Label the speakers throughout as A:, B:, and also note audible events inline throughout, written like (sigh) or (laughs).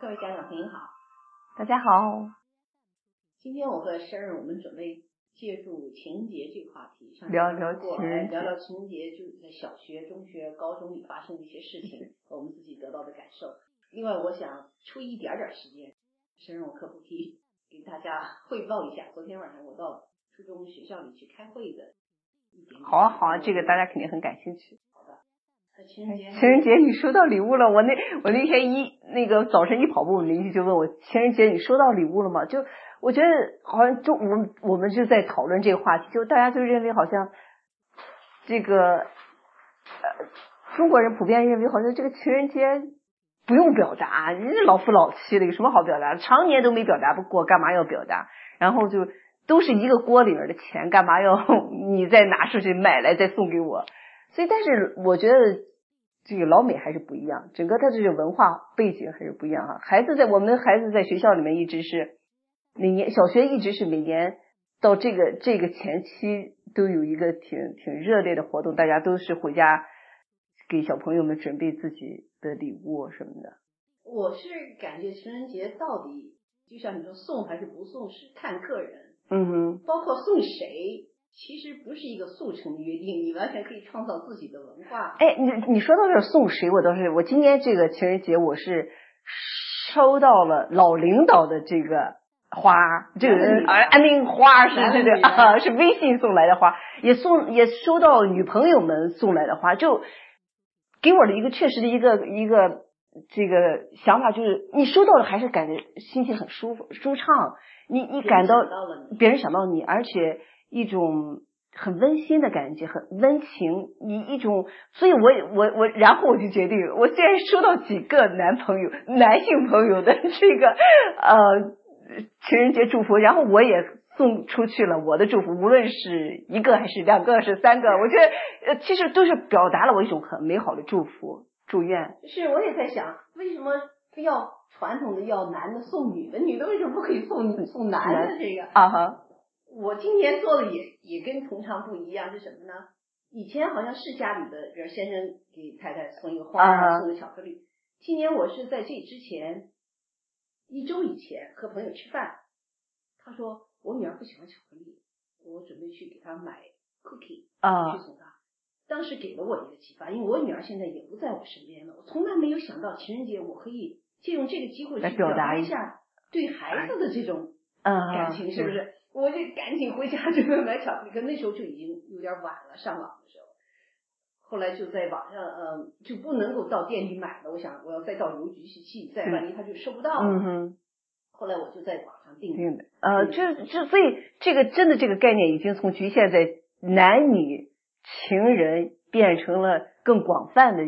A: 各位家长朋友好，
B: 大家好，
A: 今天我和生日，我们准备借助情人节这个话题，上次
B: 聊聊
A: 过
B: 情人
A: 哎聊
B: 节
A: 聊情人节，就是在小学、中学、高中里发生的一些事
B: (laughs)
A: 情，我们自己得到的感受。另外，我想抽一点点时间，生日我可不可以给大家汇报一下，昨天晚上我到初中学校里去开会的一点点
B: 好啊好啊，这个大
A: 家
B: 家肯定很感兴趣。
A: 情人节
B: 情人节你收到礼物了？我那我那天一那个早晨一跑步，我们邻居就问我情人节你收到礼物了吗？就我觉得好像就我们我们就在讨论这个话题，就大家就认为好像这个呃中国人普遍认为好像这个情人节不用表达，人家老夫老妻的有什么好表达的？常年都没表达过，干嘛要表达？然后就都是一个锅里面的钱，干嘛要 (laughs) 你再拿出去买来再送给我？所以，但是我觉得这个老美还是不一样，整个他这个文化背景还是不一样哈。孩子在我们的孩子在学校里面一直是每年小学一直是每年到这个这个前期都有一个挺挺热烈的活动，大家都是回家给小朋友们准备自己的礼物什么的。
A: 我是感觉情人节到底就像你说送还是不送，是看个人。
B: 嗯哼，
A: 包括送谁，其实不是一个速成的约定，你完全可以创造自己的文化。
B: 哎，你你说到这儿送谁，我倒是我今年这个情人节我是收到了老领导的这个花，这个
A: 男的
B: 人
A: 女的
B: 安定花是
A: 男的
B: 这个
A: 女的
B: 啊， (laughs) 是微信送来的花，也送也收到女朋友们送来的花，就给我的一个确实的一个一个这个想法就是，你收到了还是感觉心情很舒服舒畅，你你感到
A: 别人想到了你
B: 别人想到你，而且一种很温馨的感觉，很温情，你一种，所以我也我我，然后我就决定，我虽然收到几个男朋友、男性朋友的 (laughs) 这个呃情人节祝福，然后我也送出去了我的祝福，无论是一个还是两个，是三个，我觉得呃其实都是表达了我一种很美好的祝福、祝愿。
A: 是，我也在想，为什么非要传统的要男的送女的，女的为什么不可以送女送男的？这个，
B: 啊哈，
A: 我今年做的也也跟同常不一样，是什么呢？以前好像是家里的，比如先生给太太送一个花
B: 啊
A: 啊，送个巧克力。今年我是在这之前一周以前和朋友吃饭，他说我女儿不喜欢巧克力，我准备去给她买 cookie。去
B: 啊，
A: 送他。当时给了我一个启发，因为我女儿现在也不在我身边了，我从来没有想到情人节我可以借用这个机会
B: 来
A: 去
B: 表
A: 表
B: 达
A: 达
B: 一
A: 一下对孩子的这种
B: 嗯，
A: 感情，是不？是？我就赶紧回家 (laughs) 准备买巧克力，可那时候就已经有点晚了，上网的时候。后来就在网上，嗯，就不能够到店里买了。我想我要再到邮局去寄，再万一他就收不到了。
B: 嗯哼。
A: 后来我就在网上订，
B: 定的。呃，
A: 嗯
B: 这这所以这个真的这个概念已经从局限在男女情人变成了更广泛的。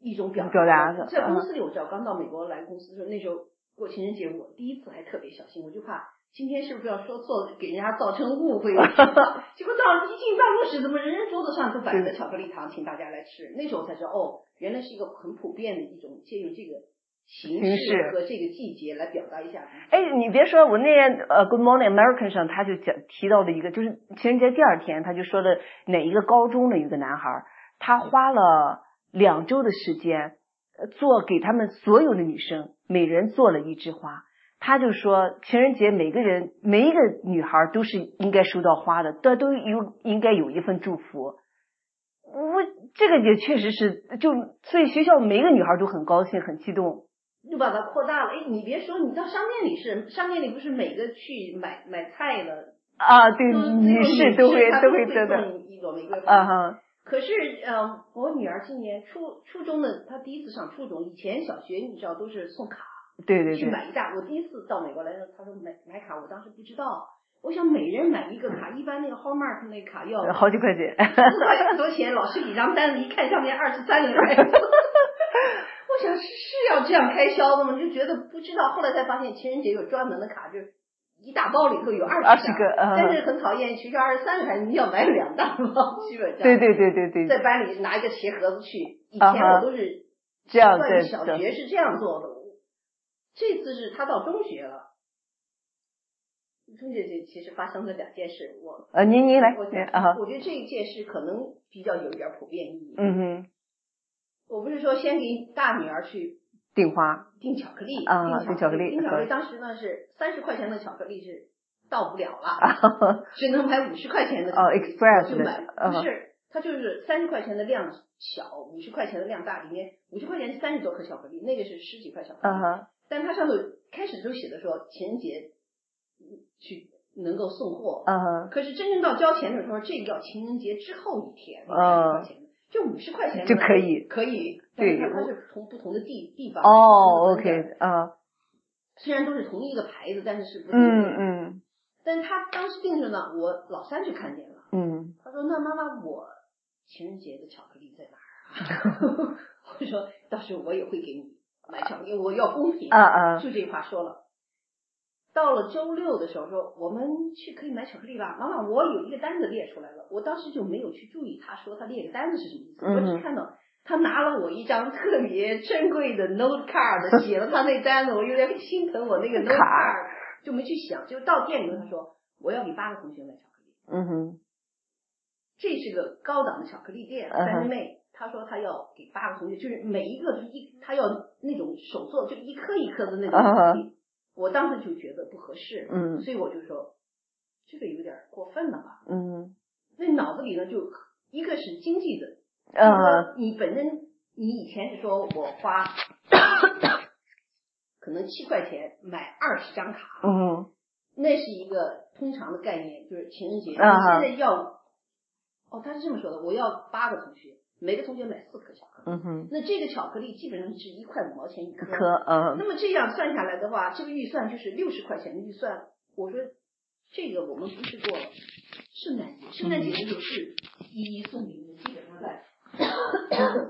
A: 一种表
B: 表达的嗯
A: 在公司里，我知道刚到美国来公司的时候，那时候过情人节，我第一次还特别小心，我就怕今天是不是要说错，给人家造成误
B: (laughs)
A: 会。结果到一进办公室，怎么人人桌子上都摆着巧克力糖，请大家来吃？那时候才知道，哦，原来是一个很普遍的一种借用这个形
B: 形
A: 式
B: 式
A: 和这个季节来表达一下。
B: 哎，你别说，我那天呃《Good Morning American》上他就讲提到的一个，就是情人节第二天，他就说的哪一个高中的一个男孩儿，他花了两周的时间，呃做给他们所有的女生每人做了一枝花。他就说，情人节每个人每一个女孩儿都是应该收到花的，都都有应该有一份祝福。我这个也确实是，就所以学校每一个女孩儿都很高兴，很激动。
A: 就把它扩大了。哎，你别说，你到商店里是，商店里不是每个去买买菜的
B: 啊，对，
A: 都
B: 女士都会
A: 他
B: 都
A: 会
B: 会真的
A: 送一朵玫瑰花。
B: 啊哈，
A: 可是，呃，我女儿今年初初中的，她第一次上初中，以前小学你知道都是送卡
B: 对对
A: 去
B: 对，
A: 买一大。我第一次到美国来的时候，她说买买卡，我当时不知道，我想每人买一个
B: (laughs)
A: 卡，一般那个 Hallmark 那卡要
B: 呃好几块钱，
A: 四块多钱，老师给张单子一看上面二十三块。我想是是要这样开销的吗？就觉得不知道，后来才发现情人节有专门的卡，就是一大包里头有二
B: 二
A: 十
B: 十个，
A: 但
B: 啊，
A: 是很讨厌，学校二十三个孩子，你要买两大包，基本上。
B: 对对对对对，
A: 在班里拿一个鞋盒子去。以
B: 啊
A: 前
B: 哈
A: 我都是
B: 这样
A: 惯于
B: 对
A: 小
B: 对
A: 学是这样做的。这次是他到中学了，中学这其实发生了两件事，我
B: 呃，您您来，
A: 我
B: 您啊哈，嗯
A: 我觉得这一件事可能比较有一点普遍意义。
B: 嗯哼，
A: 我不是说先给大女儿去
B: 订花，
A: 订巧克力
B: 啊
A: 订
B: 订巧克力
A: 订巧克力
B: 对
A: 当时呢是三十块钱的巧克力是到不了了，只能买五十块钱的巧克力
B: 啊哦，express
A: 我就
B: 的
A: 买
B: 嗯
A: 不是，它就是三十块钱的量小，五十块钱的量大，里面五十块钱三十多颗巧克力，那个是十几块巧克
B: 嗯
A: 力，
B: 哼，
A: 但它上头开始就写的说情人节嗯去能够送货，
B: 嗯哼，
A: 可是真正到交钱的时候，这个要情人节之后一天，50
B: 嗯
A: 块钱的就五十块钱
B: 就
A: 呢
B: 可以
A: 可以，
B: 对
A: 但是它它是从不同的地地方不同
B: 哦
A: 的地
B: ，OK，啊，
A: 虽然都是同一个牌子，但是是不同的地
B: 嗯
A: 方。
B: 嗯
A: 但是他当时定着呢，我老三就看见了，
B: 嗯，
A: 他说：“那妈妈，我情人节的巧克力在哪儿啊？” (laughs) 我说：“到时候我也会给你买巧克力，我要公平。”
B: 啊啊，
A: 就这句话说了。到了周六的时候说，我们去可以买巧克力吧。妈妈，我有一个单子列出来了，我当时就没有去注意他说他列个单子是什么意思，我
B: 嗯
A: 只看到他拿了我一张特别珍贵的 note
B: (laughs)
A: card，写了他那单子，我有点心疼我那个 note
B: 卡
A: card，就没去想。就到店里头，他说我要给八个同学买巧克力，
B: 嗯哼，
A: 这是个高档的巧克力店，
B: 嗯哼
A: 三师妹。她说她要给八个同学，就是每一个就是一，她要那种手做，就一颗一颗的那种
B: 嗯哼
A: 巧克力。我当时就觉得不合适，
B: 嗯
A: 所以我就说这个有点过分了吧。
B: 嗯
A: 那脑子里呢，就一个是经济的，就是
B: 嗯
A: 说你本身你以前是说我花 (coughs) 可能七块钱买二十张卡，
B: 嗯
A: 那是一个通常的概念，就是情人节。
B: 啊哈
A: 你现在要，哦，他是这么说的，我要八个同学，每个同学买四颗巧克力。
B: 嗯哼，
A: 那这个巧克力基本上是一块五毛钱一颗。
B: 可嗯
A: 那么这样算下来的话，这个预算就是六十块钱的预算。我说这个我们不是过圣诞节，圣诞节的时候是一一送礼物，基本上在 (coughs)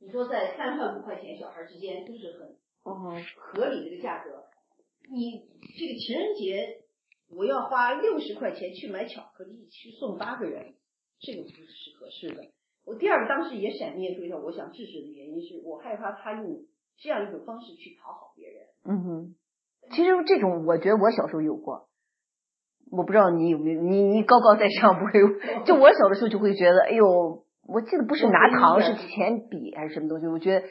A: 你说在三块五块钱小孩之间就是很
B: 哦
A: 合理的一个价格。你这个情人节，我要花六十块钱去买巧克力去送八个人，这个不是合适的。我第二个当时也闪念出一条我想制止的原因，是我害怕他用这样一种方式去讨好别人。
B: 嗯哼，其实这种我觉得我小时候有过。我不知道你有没有，你你高高在上不会有，就我小的时候就会觉得，哎呦，我记得不是拿糖，是铅笔还是什么东西，我觉得，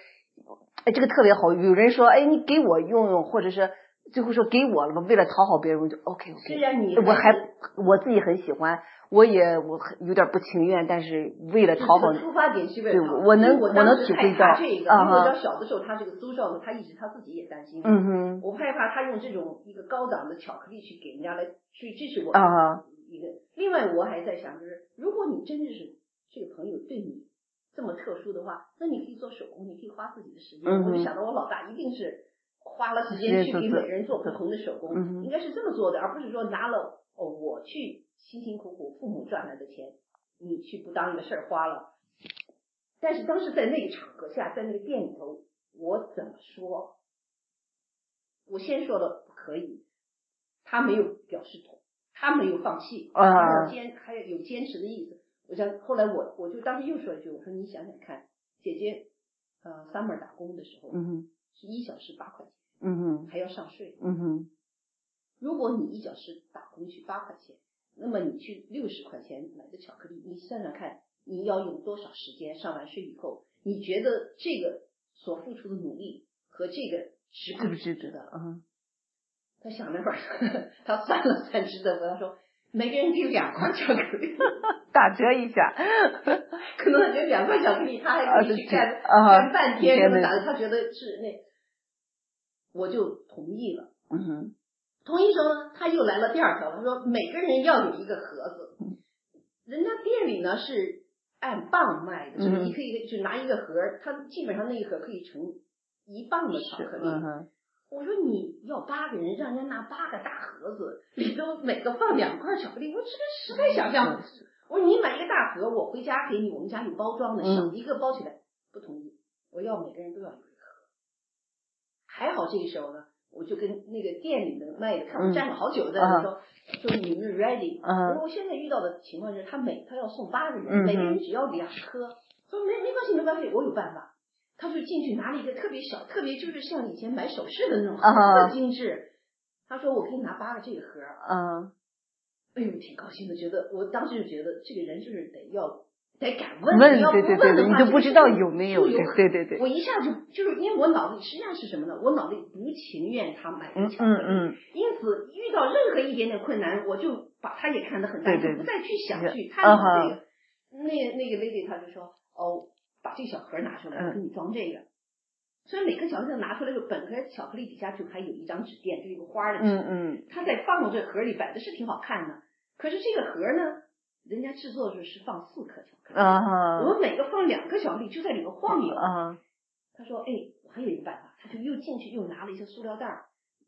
B: 哎，这个特别好。有人说，哎，你给我用用，或者是最后说给我了吧，为了讨好别人，我就 OK
A: 虽
B: OK。
A: 然啊你
B: 我还我自己很喜欢，我也我很有点不情愿，但是为了讨好
A: 就是出发点是为了讨好
B: 对我能
A: 因为我
B: 我能
A: 当时
B: 体会
A: 害怕
B: 到
A: 这个，因
B: 啊
A: 为我
B: 哈
A: 到小的时候，他这个 social 他一直他自己也担心，
B: 嗯哼
A: 我害怕他用这种一个高档的巧克力去给人家来，所以这是我
B: 啊
A: 一个。另外，我还在想，就是如果你真的是这个朋友对你这么特殊的话，那你可以做手工，你可以花自己的时间。
B: 嗯哼
A: 我就想到我老大一定是花了时
B: 时
A: 间
B: 间
A: 去
B: 做
A: 给
B: 做
A: 每人做不同的手工，
B: 嗯哼
A: 应该是这么做的，而不是说拿了哦我去辛辛苦苦父母赚来的钱，你去不当一个事儿花了。但是当时在那个场合下，在那个店里头，我怎么说？我先说了不可以，他没有表示同，他没有放弃，
B: 啊
A: 他有坚，还有有坚持的意思。我想后来我我就当时又说一句，我说你想想看，姐姐，呃，summer 打工的时候
B: 嗯哼
A: 是一小时八块钱，
B: 嗯哼
A: 还要上税。
B: 嗯哼
A: 如果你一小时打工去八块钱，那么你去六十块钱买的巧克力，你算算看，你要用多少时间上完税以后，你觉得这个所付出的努力和这个值
B: 值不值
A: 值
B: 得
A: 得？
B: 嗯
A: 他想了会儿， (laughs) 他算了算值得不？他说每个人给两块巧克力， (laughs)
B: 打折一下
A: 可能他觉得两块巧克力他还可以去干、
B: 啊
A: 干半天，
B: 一天
A: 可
B: 的
A: 能打的他觉得是那，我就同意了。
B: 嗯哼
A: 同意时候呢，他又来了第二条，他说每个人要有一个盒子，人家店里呢是按磅卖的，就是
B: 嗯
A: 你可以就拿一个盒儿，它基本上那一盒可以盛一磅的巧克力。
B: 嗯哼
A: 我说你要八个人，让人家拿八个大盒子，里头每个放两块巧克力，我这个实在想象不
B: 嗯
A: 出。我说你买一个大盒，我回家给你，我们家有包装的，
B: 嗯
A: 小一个包起来。不同意，我要每个人都要有一个盒。还好这个时候呢，我就跟那个店里的卖的，看我
B: 嗯
A: 站了好久的，
B: 啊
A: 说说你们 ready。
B: 嗯
A: 我说我现在遇到的情况是，他每他要送八个
B: 嗯
A: 人，
B: 哼
A: 每个人只要两颗。他说没没关系没关系，我有办法。他就进去拿了一个特别小，特别就是像以前买首饰的那种，
B: 啊
A: 特精致。他说我给你拿八个这个盒儿，
B: 嗯
A: 哎呦，挺高兴的，觉得我当时就觉得这个人就是得要得敢问，
B: 问
A: 你要不
B: 对对
A: 问
B: 对
A: 的
B: 对，
A: 话
B: 你就不知道有没
A: 没
B: 有，
A: 有
B: 对
A: 可
B: 对对对，
A: 我一下就就是因为我脑子里实际上是什么呢？我脑子里不情愿他买
B: 嗯
A: 个巧克力，
B: 嗯嗯，
A: 因此遇到任何一点点困难，我就把它也看得很大，
B: 对对
A: 就不再去想
B: 是
A: 去探讨
B: 嗯
A: 这个。那那个 lady 她就说，哦，把这小盒拿出来，
B: 嗯
A: 我给你装这个。所以每颗巧克力拿出来的时候，本颗巧克力底下就还有一张纸垫，就一个花儿的纸
B: 嗯嗯，
A: 它在放到这个盒里摆的是挺好看的，可是这个盒呢，人家制作的时候是放四颗巧克力，
B: 啊哈
A: 我们每个放两颗巧克力就在里面晃悠。
B: 啊
A: 他说，哎，我还有一个办法，他就又进去又拿了一些塑料袋儿，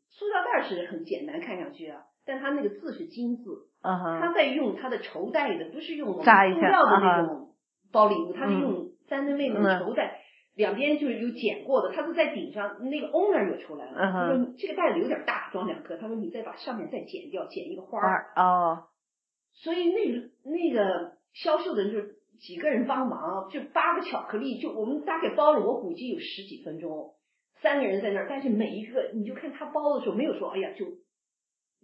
A: 塑料袋儿是很简单看上去啊，但它那个字是金字，
B: 啊哈，
A: 他在用它的绸带的，不是用我们
B: 扎一
A: 塑
B: 下
A: 料的
B: 啊
A: 那种包礼物，它是
B: 嗯
A: 用三针妹妹
B: 嗯
A: 的绸带。两边就是有剪过的，它是在顶上，那个 owner 也出来了。
B: 嗯
A: 他
B: 哼
A: 说这个袋子有点大，装两颗。他说你再把上面再剪掉，剪一个花
B: 花
A: 儿。
B: 儿哦，
A: 所以那个那个销售的人就几个人帮忙，就八个巧克力，就我们大概包了，我估计有十几分钟，三个人在那儿，但是每一个你就看他包的时候，没有说哎呀就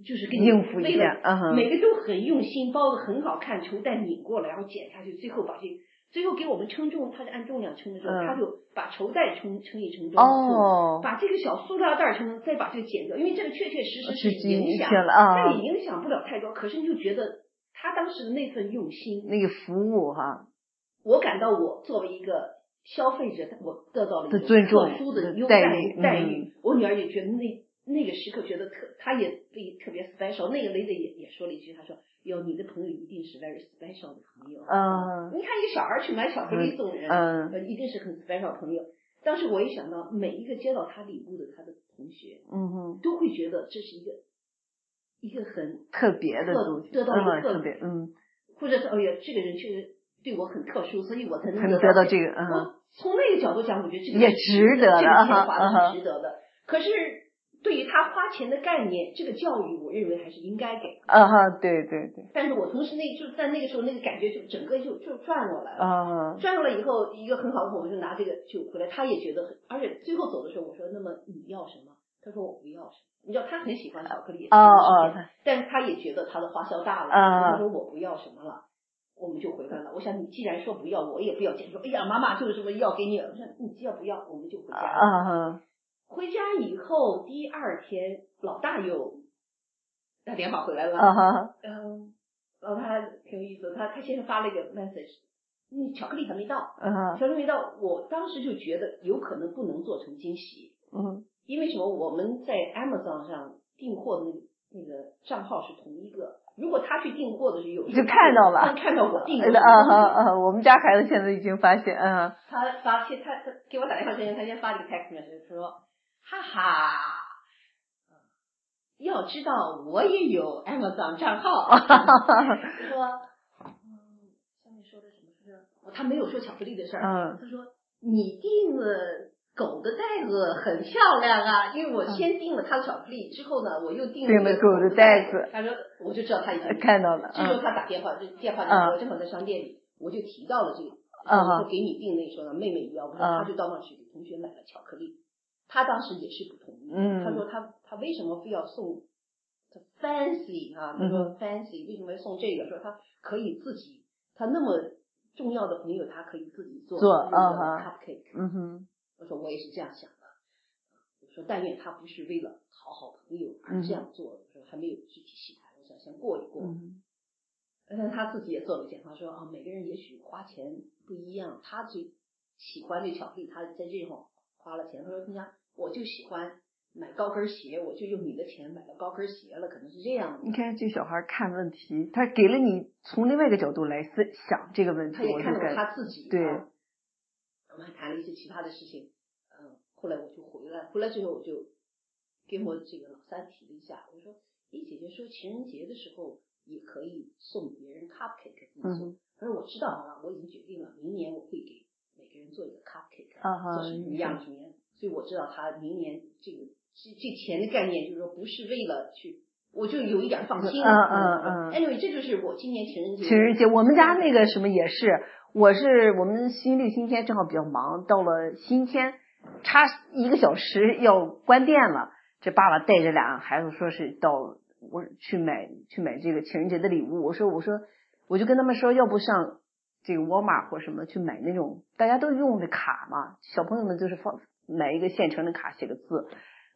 A: 就是给你
B: 应付一下，啊哈，
A: 每个都很用心，包的很好看，绸带拧过来，然后剪下去，最后把这最后给我们称重，他是按重量称的时候，
B: 嗯
A: 他就把绸带称称一称重，
B: 哦，
A: 把这个小塑料袋儿称，再把这个剪掉，因为这个确确实实
B: 是
A: 影
B: 一
A: 响
B: 下了啊
A: 但，也影响不了太多。可是你就觉得他当时的那份用心，
B: 那个服务哈，
A: 我感到我作为一个消费者，我得到了一
B: 的
A: 种
B: 尊重
A: 特殊的
B: 的
A: 优
B: 待
A: 待
B: 遇
A: 待
B: 嗯
A: 遇。我女儿也觉得那那个时刻觉得特，她也被特别 special。那个 lady 也也说了一句，她说：“哟，你的朋友一定是 very special 的朋友。”
B: 嗯
A: 你看一个小孩去买巧克力送人，
B: 嗯
A: 呃一定是很 special 朋友。当时我一想到每一个接到他礼物的他的同学，
B: 嗯哼，
A: 都会觉得这是一个一个很
B: 特别的
A: 特
B: 东西，
A: 得到一个
B: 嗯
A: 特
B: 特别，嗯，
A: 或者是哎呀，这个人确实对我很特殊，所以我才能
B: 才能得到
A: 这
B: 这个，嗯
A: 我从那个角度讲，我觉得这个
B: 也
A: 是
B: 值得的
A: 这个
B: 啊
A: 钱
B: 哈啊
A: 花
B: 哈
A: 的是值得的。可是对于他花钱的概念，这个教育，我认为还是应该给。
B: 啊哈，对对对，
A: 但是我同时那就在那个时候，那个感觉就整个就就转过来了。
B: 啊哈，
A: 转过来以后，一个很好的朋友就拿这个就回来，他也觉得很，而且最后走的时候，我说：“那么你要什么？”他说：“我不要什么。”你知道他很喜欢巧克力，也是
B: 哦
A: 这个
B: 哦
A: 事，情但是他也觉得他的花销大了，
B: 啊
A: 他说我不要什么了，我们就回来了。我想你既然说不要，我也不要钱。说哎呀，妈妈就是什么要给你，我说你既要不要，我们就回家了。
B: 啊哈，
A: 回家以后第二天，老大又打电话回来了，
B: 啊哈，
A: 嗯，老大挺有意思的，他他先是发了一个 message，你巧克力还没到，
B: 啊哈，
A: 巧克力没到，我当时就觉得有可能不能做成惊喜，
B: 嗯，
A: 因为什么？我们在 Amazon 上订货的那个那个账号是同一个。如果他去订货的时候，有时候
B: 就看到了
A: 他看到我
B: (laughs)
A: 订的东西。
B: 啊哈啊，我们家孩子现在已经发现，啊哈，
A: 他发现他他给我打电话之前，他先发了一个 text message 说：“哈哈，要知道我也有 Amazon 账号。
B: (laughs)
A: 他说：“嗯，上面说的什么事？哦他没有说巧克力的事儿。
B: 嗯
A: 他说：“你订了狗的袋子很漂亮啊，因为我先订了他的巧克力，之后呢，我又订
B: 嗯订了
A: 了
B: 狗的
A: 的
B: 袋
A: 子
B: 子。”
A: 他说：“我就知道他已经订了
B: 看到了，
A: 这时候
B: 嗯
A: 他打电话，这电话
B: 啊
A: 就我正好在商店里，我就提到了这个，
B: 啊
A: 我说给你订那个时候呢，妹妹也要，我说
B: 啊
A: 他就到那儿去给同学买了巧克力，他当时也是不同意，
B: 嗯
A: 他说他他为什么非要送这 fancy 啊，他
B: 嗯
A: 说 fancy 为什么要送这个？说他可以自己，他那么重要的朋友，他可以自己做
B: 做
A: 那个
B: 啊哈
A: cupcake，
B: 嗯哼，
A: 我说我也是这样想的，我说但愿他不是为了讨好朋友
B: 嗯
A: 而这样做的，我说还没有具体细谈，我想先过一过。
B: 嗯
A: 但他自己也做了检查，说啊，每个人也许花钱不一样，他最喜欢这巧克力，他在这上花了钱。他说，人家我就喜欢买高跟鞋，我就用你的钱买了高跟鞋了，可能是这样
B: 你
A: 的。
B: 看这小孩看问题，他给了你从另外一个角度来思想这个问题，
A: 他
B: 我
A: 也
B: 就
A: 看到
B: 感
A: 他自己、啊，
B: 对
A: 我们还谈了一些其他的事情。嗯，后来我就回来，回来之后我就跟我这个老三提了一下，我说，诶，姐姐说情人节的时候也可以送别人 cupcake 自己做。
B: 嗯
A: 他说我知道妈妈，我已经决定了，明年我会给每个人做一个 cupcake，、
B: 啊哈
A: 做什么样什么样，所以我知道他明年这个这这钱的概念，就是说不是为了去，我就有一点放心了。
B: 嗯嗯嗯
A: Anyway，这就是我今年情人节。
B: 情人节，我们家那个什么也是，我是我们新历星期天正好比较忙，到了星期天差一个小时要关店了，这爸爸带着俩孩子说是到我去买去买这个情人节的礼物，我说我说我就跟他们说，要不上这个沃尔玛或什么去买那种大家都用的卡嘛，小朋友们就是放买一个现成的卡写个字。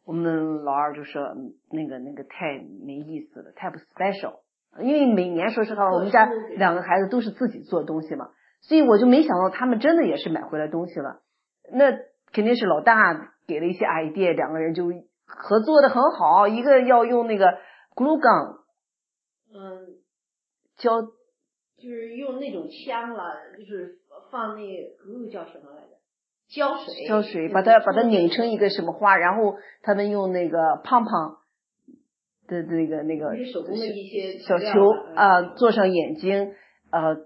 B: 我们老二就说嗯那个那个太没意思了，太不 special。因为每年说实话，我们家两个孩子都是自己做东西嘛，所以我就没想到他们真的也是买回来东西了。那肯定是老大给了一些 idea，两个人就合作的很好。一个要用那个 glue gun
A: 嗯，
B: 胶
A: 就是用那种枪了，就是放那glue 叫什么来着？胶水，
B: 胶水，
A: 嗯
B: 把它把它拧成一个什么花，然后他们用那个胖胖的那个那个
A: 一些手工的一些
B: 小
A: 材料
B: 球
A: 吧
B: 啊、
A: 嗯
B: 做上眼睛，呃，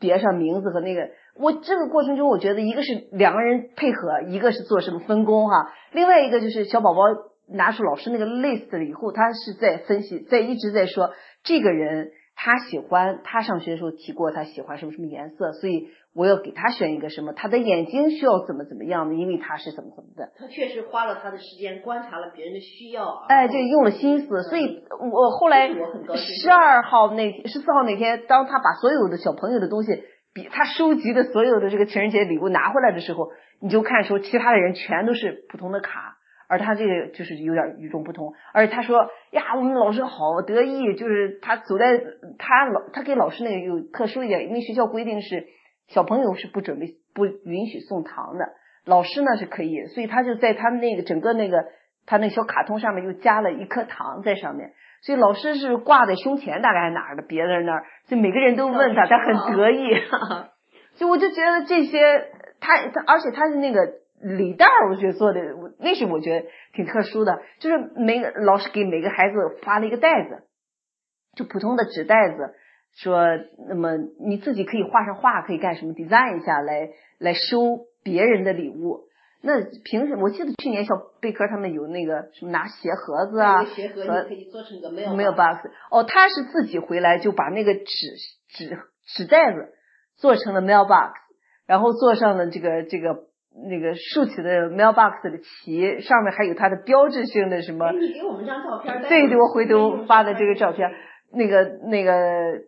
B: 别上名字和那个。我这个过程中，我觉得一个是两个人配合，一个是做什么分工哈、另外一个就是小宝宝拿出老师那个 list 了以后，他是在分析，在一直在说这个人他喜欢，他上学的时候提过他喜欢什么什么颜色，所以我要给他选一个什么，他的眼睛需要怎么怎么样的，因为他是怎么怎么的。
A: 他确实花了他的时间观察了别人的需要啊。
B: 哎，对，用了心思，
A: 嗯
B: 所以我后来
A: 这是我很高兴的
B: 十二号那十四号那天，当他把所有的小朋友的东西，比他收集的所有的这个情人节礼物拿回来的时候，你就看说其他的人全都是普通的卡，而他这个就是有点与众不同。而且他说呀，我们老师好得意，就是他走在他老他给老师那个有特殊一点，因为学校规定是小朋友是不准备不允许送糖的，老师呢是可以，所以他就在他们那个整个那个他那个小卡通上面又加了一颗糖在上面，所以老师是挂在胸前，大概哪儿的别人那儿，所以每个人都问他，他很得意， (laughs) 所以我就觉得这些他他，而且他的那个礼袋儿，我觉得做的我那是我觉得挺特殊的，就是每个老师给每个孩子发了一个袋子，就普通的纸袋子，说那么你自己可以画上画，可以干什么 design 一下来来收别人的礼物。那凭什么？我记得去年小贝壳他们有那个什么拿鞋盒子啊，
A: 那个鞋盒
B: 和
A: 你可以做成一个没有
B: 没有 box。哦，他是自己回来就把那个纸纸纸袋子做成了 mailbox，然后做上了这个这个那个竖起的 mailbox 的旗，上面还有它的标志性的什么
A: 哎，你给我们张照片儿。
B: 对对，我回头发的这个照片，那个那个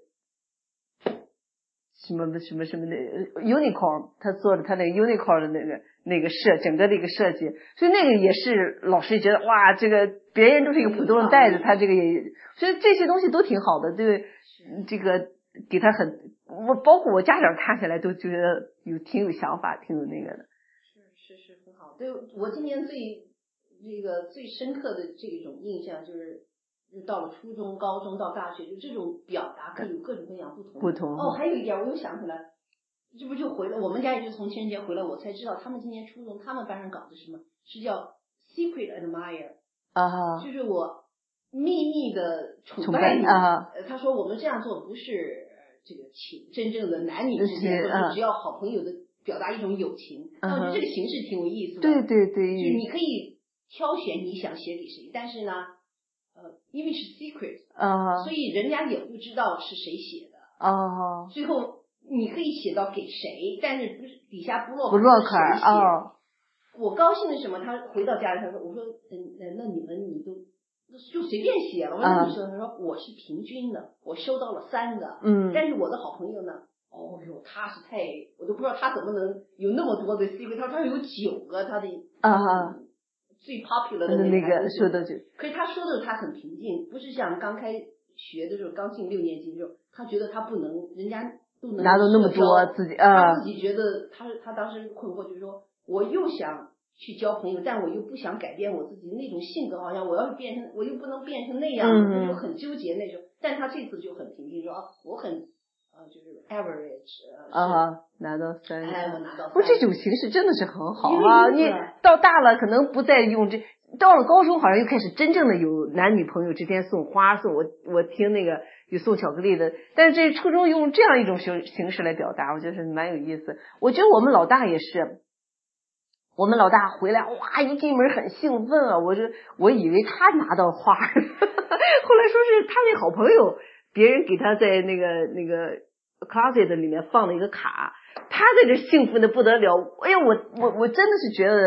B: 什么什么什么的呃 unicorn，他做的他那个 unicorn 的那个那个设整个的一个设计，所以那个也是老师觉得哇，这个别人都是一个普通的袋子，他这个也，所以这些东西都挺好的，对这个给他很，我包括我家长看起来都觉得有挺有想法，挺有那个的，
A: 是是是很好。对我今年最这个最深刻的这种印象就是。就到了初中、高中到大学，就这种表达可以有各种各样不同的
B: 不同
A: 哦，还有一点我又想起来，这不就回了我们家也就从情人节回来，我才知道他们今年初中他们班上搞的什么是叫 secret admirer，
B: 啊
A: 就是我秘密的崇
B: 拜
A: 你
B: 啊
A: 呃他说我们这样做不是呃这个情，真正的男女之间，或
B: 是
A: 者
B: 嗯
A: 是只要好朋友的表达一种友情。
B: 嗯
A: 那我觉
B: 哼
A: 得这个形式挺有意思的。
B: 对对
A: 就
B: 嗯
A: 是
B: 对，
A: 你可以挑选你想写给谁，但是呢，呃，因为是 secret，、
B: 啊
A: 所以人家也不知道是谁写的。
B: 啊，
A: 最后你可以写到给谁，但是不是底下不落
B: 不落款儿
A: 谁写的
B: 啊。
A: 我高兴的是什么？他回到家里，他说：“我说，嗯，呃那你们你都就随便写了。”我说：“
B: 啊
A: 你说？”他说：“我是平均的，我收到了三个，
B: 嗯，
A: 但是我的好朋友呢，哦哟，他是太，我都不知道他怎么能有那么多的 secret。他说他有九个他的
B: 啊，
A: 最 popular 的
B: 那
A: 个
B: 个说的就
A: 可是他嗯说的时候他很平静，不是像刚开学的时候，刚进六年级的时候，他觉得他不能，人家都能
B: 拿到那么
A: 社交
B: 多自己
A: 他
B: 啊
A: 自己觉得他他当时困惑，就是说我又想去交朋友，但我又不想改变我自己那种性格，好像我要是变成我又不能变成那样，
B: 嗯
A: 他就很纠结那种。但他这次就很平静，说啊我很呃就是 average 呃，
B: 啊，拿到
A: 是哎我
B: 三，
A: 拿到
B: 不，这
A: 三
B: 种形式真的是很好
A: 因为
B: 啊！
A: 意思
B: 你到大了可能不再用这，到了高中好像又开始真正的有男女朋友之间送花送我我听那个有送巧克力的，但是这初中用这样一种形形式来表达，我觉得是蛮有意思。我觉得我们老大也是。我们老大回来，哇，一进门很兴奋啊！我就我以为他拿到花 (laughs) 儿，后来说是他那好朋友，别人给他在那个那个 closet 里面放了一个卡，他在这兴奋的不得了。哎呀，我我我真的是觉得，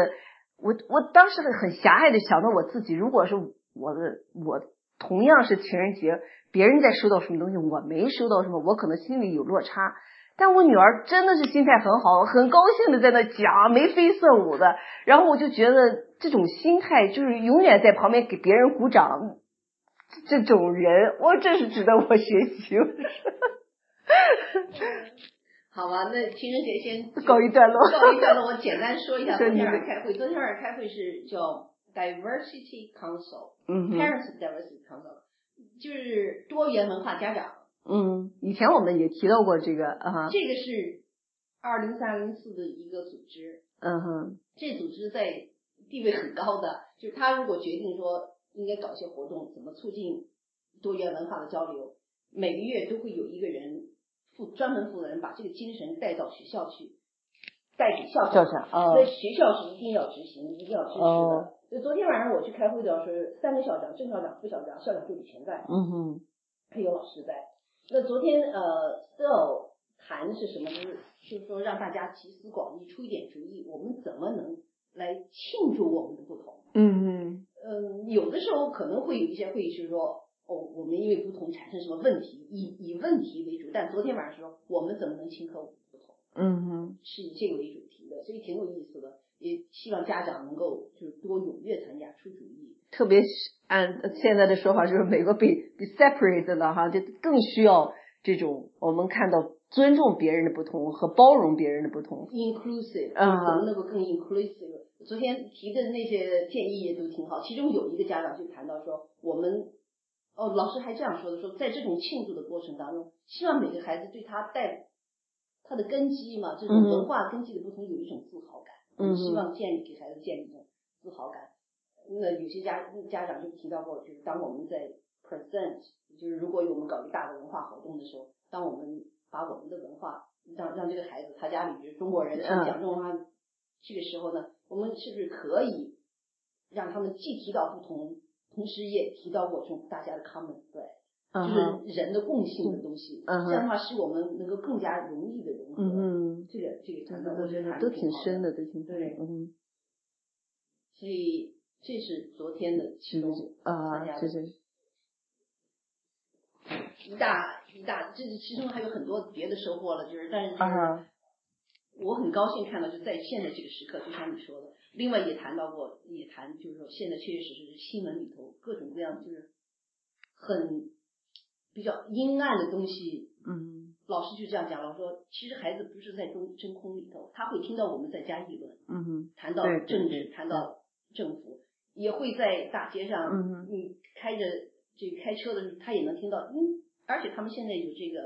B: 我我当时很狭隘的想到我自己，如果是我的我同样是情人节，别人在收到什么东西，我没收到什么，我可能心里有落差。但我女儿真的是心态很好，很高兴的在那讲，眉飞色舞的。然后我就觉得这种心态，就是永远在旁边给别人鼓掌，这种人，我真是值得我学习。
A: 好吧，那情人节先
B: 告一段落。
A: 告一段落，我简单说一
B: (laughs)
A: 下昨
B: 说你
A: 天
B: 的
A: 晚上开会。昨天晚上开会是叫 Diversity Council，Parents
B: 嗯哼
A: Diversity Council，就是多元文化家长。
B: 嗯，以前我们也提到过这个啊，
A: 这个是二零三零四的一个组织，
B: 嗯哼，
A: 这组织在地位很高的，就是他如果决定说应该搞一些活动，怎么促进多元文化的交流，每个月都会有一个人负专门负责人把这个精神带到学校去，带给校
B: 叫
A: 长。
B: 啥
A: 所以
B: 哦，
A: 学校是一定要执行，一定要支持的。
B: 哦
A: 就昨天晚上我去开会的时候，三个校长，正校长、副校长、校长助理全在，
B: 嗯哼，
A: 还有老师在。那昨天呃 s t i l 谈的是什么？就是就是说让大家集思广益，出一点主意，我们怎么能来庆祝我们的不同？
B: 嗯哼，
A: 嗯，有的时候可能会有一些会议是说，哦，我们因为不同产生什么问题，以以问题为主。但昨天晚上说，我们怎么能庆贺我们的不同？
B: 嗯哼，
A: 是以这个为主题的，所以挺有意思的。也希望家长能够就是多踊跃参加，出主意。
B: 特别是按现在的说法，就是美国比比 separate 了哈，就更需要这种我们看到尊重别人的不同和包容别人的不同。
A: inclusive，
B: 嗯
A: 怎么能够更 inclusive？昨天提的那些建议也都挺好，其中有一个家长就谈到说，我们哦，老师还这样说的，说在这种庆祝的过程当中，希望每个孩子对他带他的根基嘛，这种
B: 嗯
A: 文化根基的不同有一种自豪感，我们
B: 嗯
A: 希望建立给孩子建立一种自豪感。那有些家家长就提到过，就是当我们在 present，就是如果我们搞一个大的文化活动的时候，当我们把我们的文化让让这个孩子他家里就是中国人
B: 嗯
A: 讲中华，这个时候呢，我们是不是可以让他们既提到不同，同时也提到我从大家的 common thread，、
B: 嗯哼，
A: 就是人的共性的东西，
B: 嗯
A: 这样的话使我们能够更加容易的融合。
B: 嗯哼，
A: 这个这个
B: 对
A: 谈
B: 对
A: 到我觉得
B: 对对，
A: 谈
B: 都
A: 得
B: 挺
A: 好
B: 深的，都挺
A: 对
B: 嗯
A: 所以这是昨天的其中
B: 啊，这是
A: 一大一大，这是其中还有很多别的收获了，就是但是就是
B: 啊哈，
A: 我很高兴看到，就在现在这个时刻，就像你说的，另外也谈到过，也谈就是说，现在确确实实新闻里头各种各样就是很比较阴暗的东西，
B: 嗯
A: 老师就这样讲了，说其实孩子不是在中真空里头，他会听到我们在家议论，
B: 嗯哼，
A: 谈到
B: 对对
A: 政
B: 对
A: 治，谈到政府，也会在大街上，
B: 嗯哼
A: 你开着这个开车的时候，他也能听到，嗯，而且他们现在有这个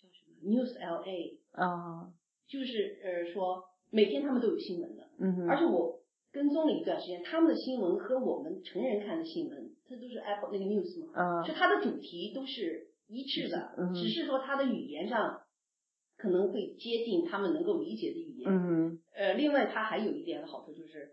A: 叫什么 News LA，
B: 啊，
A: 就是呃说每天他们都有新闻的，
B: 嗯哼，
A: 而且我跟踪了一段时间，他们的新闻和我们成人看的新闻，它都是 Apple 那个 News 嘛，
B: 啊，
A: 就它的主题都是一致的，
B: 嗯
A: 只是说它的语言上可能会接近他们能够理解的语言。
B: 嗯哼，
A: 呃，另外它还有一点的好处就是，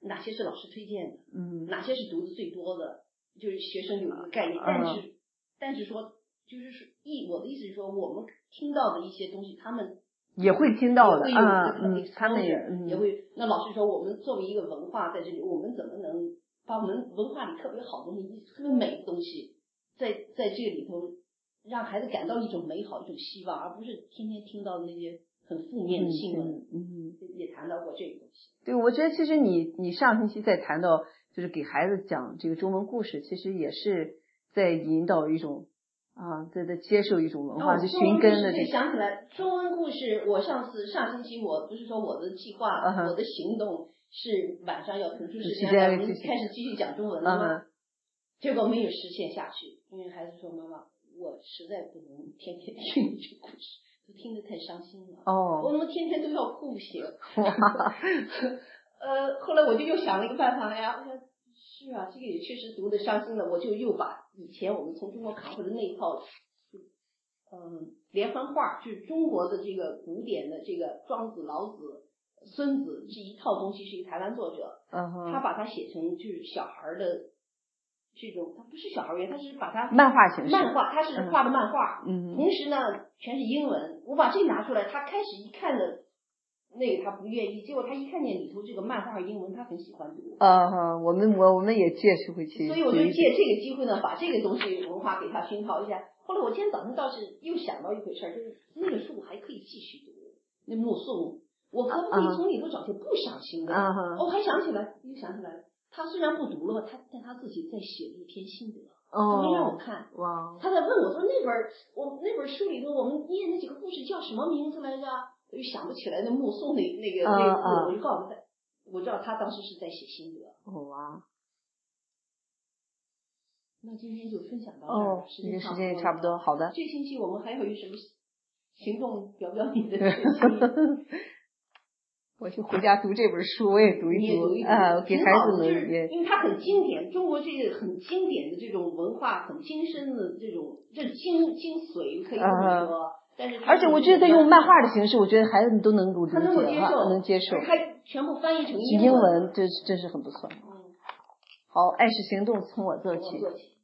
A: 哪些是老师推荐的，
B: 嗯哼，
A: 哪些是读的最多的，就是学生有一个概念
B: 嗯。
A: 但是，但是说就是说意，我的意思是说，我们听到的一些东西，他们
B: 也会听到的
A: 也会有
B: 啊，
A: 这个
B: 嗯，他们也
A: exposure，
B: 嗯
A: 也会。那老师说，我们作为一个文化在这里，我们怎么能把我们文化里特别好的东西、特别美的东西，在在这里头让孩子感到一种美好、一种希望，而不是天天听到那些很负面的新闻。
B: 嗯嗯。
A: 也也谈到过这个东西。
B: 对，我觉得其实你你上星期在谈到就是给孩子讲这个中文故事，其实也是在引导一种啊，在在接受一种文化，
A: 哦
B: 就
A: 中文
B: 寻
A: 故
B: 根
A: 事
B: 的这
A: 对，
B: 个。
A: 想起来中文故事，我上次上星期我不是说我的计划、
B: 嗯哼
A: 我的行动是晚上要腾出时
B: 时间
A: 间，我们
B: 继续
A: 开始继续讲中文了吗？
B: 嗯
A: 结果没有实现下去，因为孩子说：“妈妈，我实在不能天天听你这故事，都听得太伤心了，
B: 哦，
A: 我怎么天天都要哭不行？”
B: 哇，
A: (laughs) 呃，后来我就又想了一个办法，哎呀，我想是啊，这个也确实读的伤心了，我就又把以前我们从中国扛回来的那一套，嗯，连环画，就是中国的这个古典的这个庄子、老子、孙子这一套东西，是一个台湾作者，
B: 嗯
A: 他
B: 哼，
A: 把它写成就是小孩儿的这种，它不是小孩儿园，他是把它
B: 漫画形式，
A: 漫画，他是画的漫画，
B: 嗯
A: 同时呢全是英文。我把这拿出来，他开始一看的那个他不愿意，结果他一看见里头这个漫画英文，他很喜欢读。
B: 啊哈，我们我我们也借这回去，
A: 所以我就借这个机会呢，把这个东西文化给他熏陶一下。后来我今天早上倒是又想到一回事儿，就是那个书我还可以继续读，那目送，我可不可以从里头找些不赏心的？
B: 啊哈，
A: 我还想起来，又想起来了，他虽然不读了，他但他自己在写一篇心得，他没让我
B: 哦，
A: 看。
B: 哇，
A: 他在问我说：“那本儿我那本儿书里头，我们念那几个故事叫什么名字来着？”我就想不起来那目送那那个那个字，
B: 嗯嗯
A: 我就告诉他，我知道他当时是在写心得。
B: 哦哇，
A: 那今天就分享到这儿吧
B: 哦，，
A: 时
B: 你这
A: 间
B: 时间也差不多，好
A: 了。
B: 的，
A: 这星期我们还有一什么行动表表你的决
B: (laughs)
A: 心？
B: 我去回家读这本书，我也读
A: 你也读一读
B: 啊，给
A: 挺
B: 孩
A: 好
B: 子
A: 的就
B: 们
A: 是
B: 也，
A: 因为它很经典，中国这个很经典的这种文化，很精深的这种，这是精精髓可以这么说。但是它
B: 嗯而且我觉得
A: 是
B: 用漫画的形式，我觉得孩子们都能够理
A: 他能够
B: 解
A: 接
B: 哈
A: 受，，
B: 能接受，
A: 它全部翻译成
B: 英文这真是很不错。
A: 嗯，
B: 好，爱是行动，从我做
A: 我
B: 起。
A: 做起。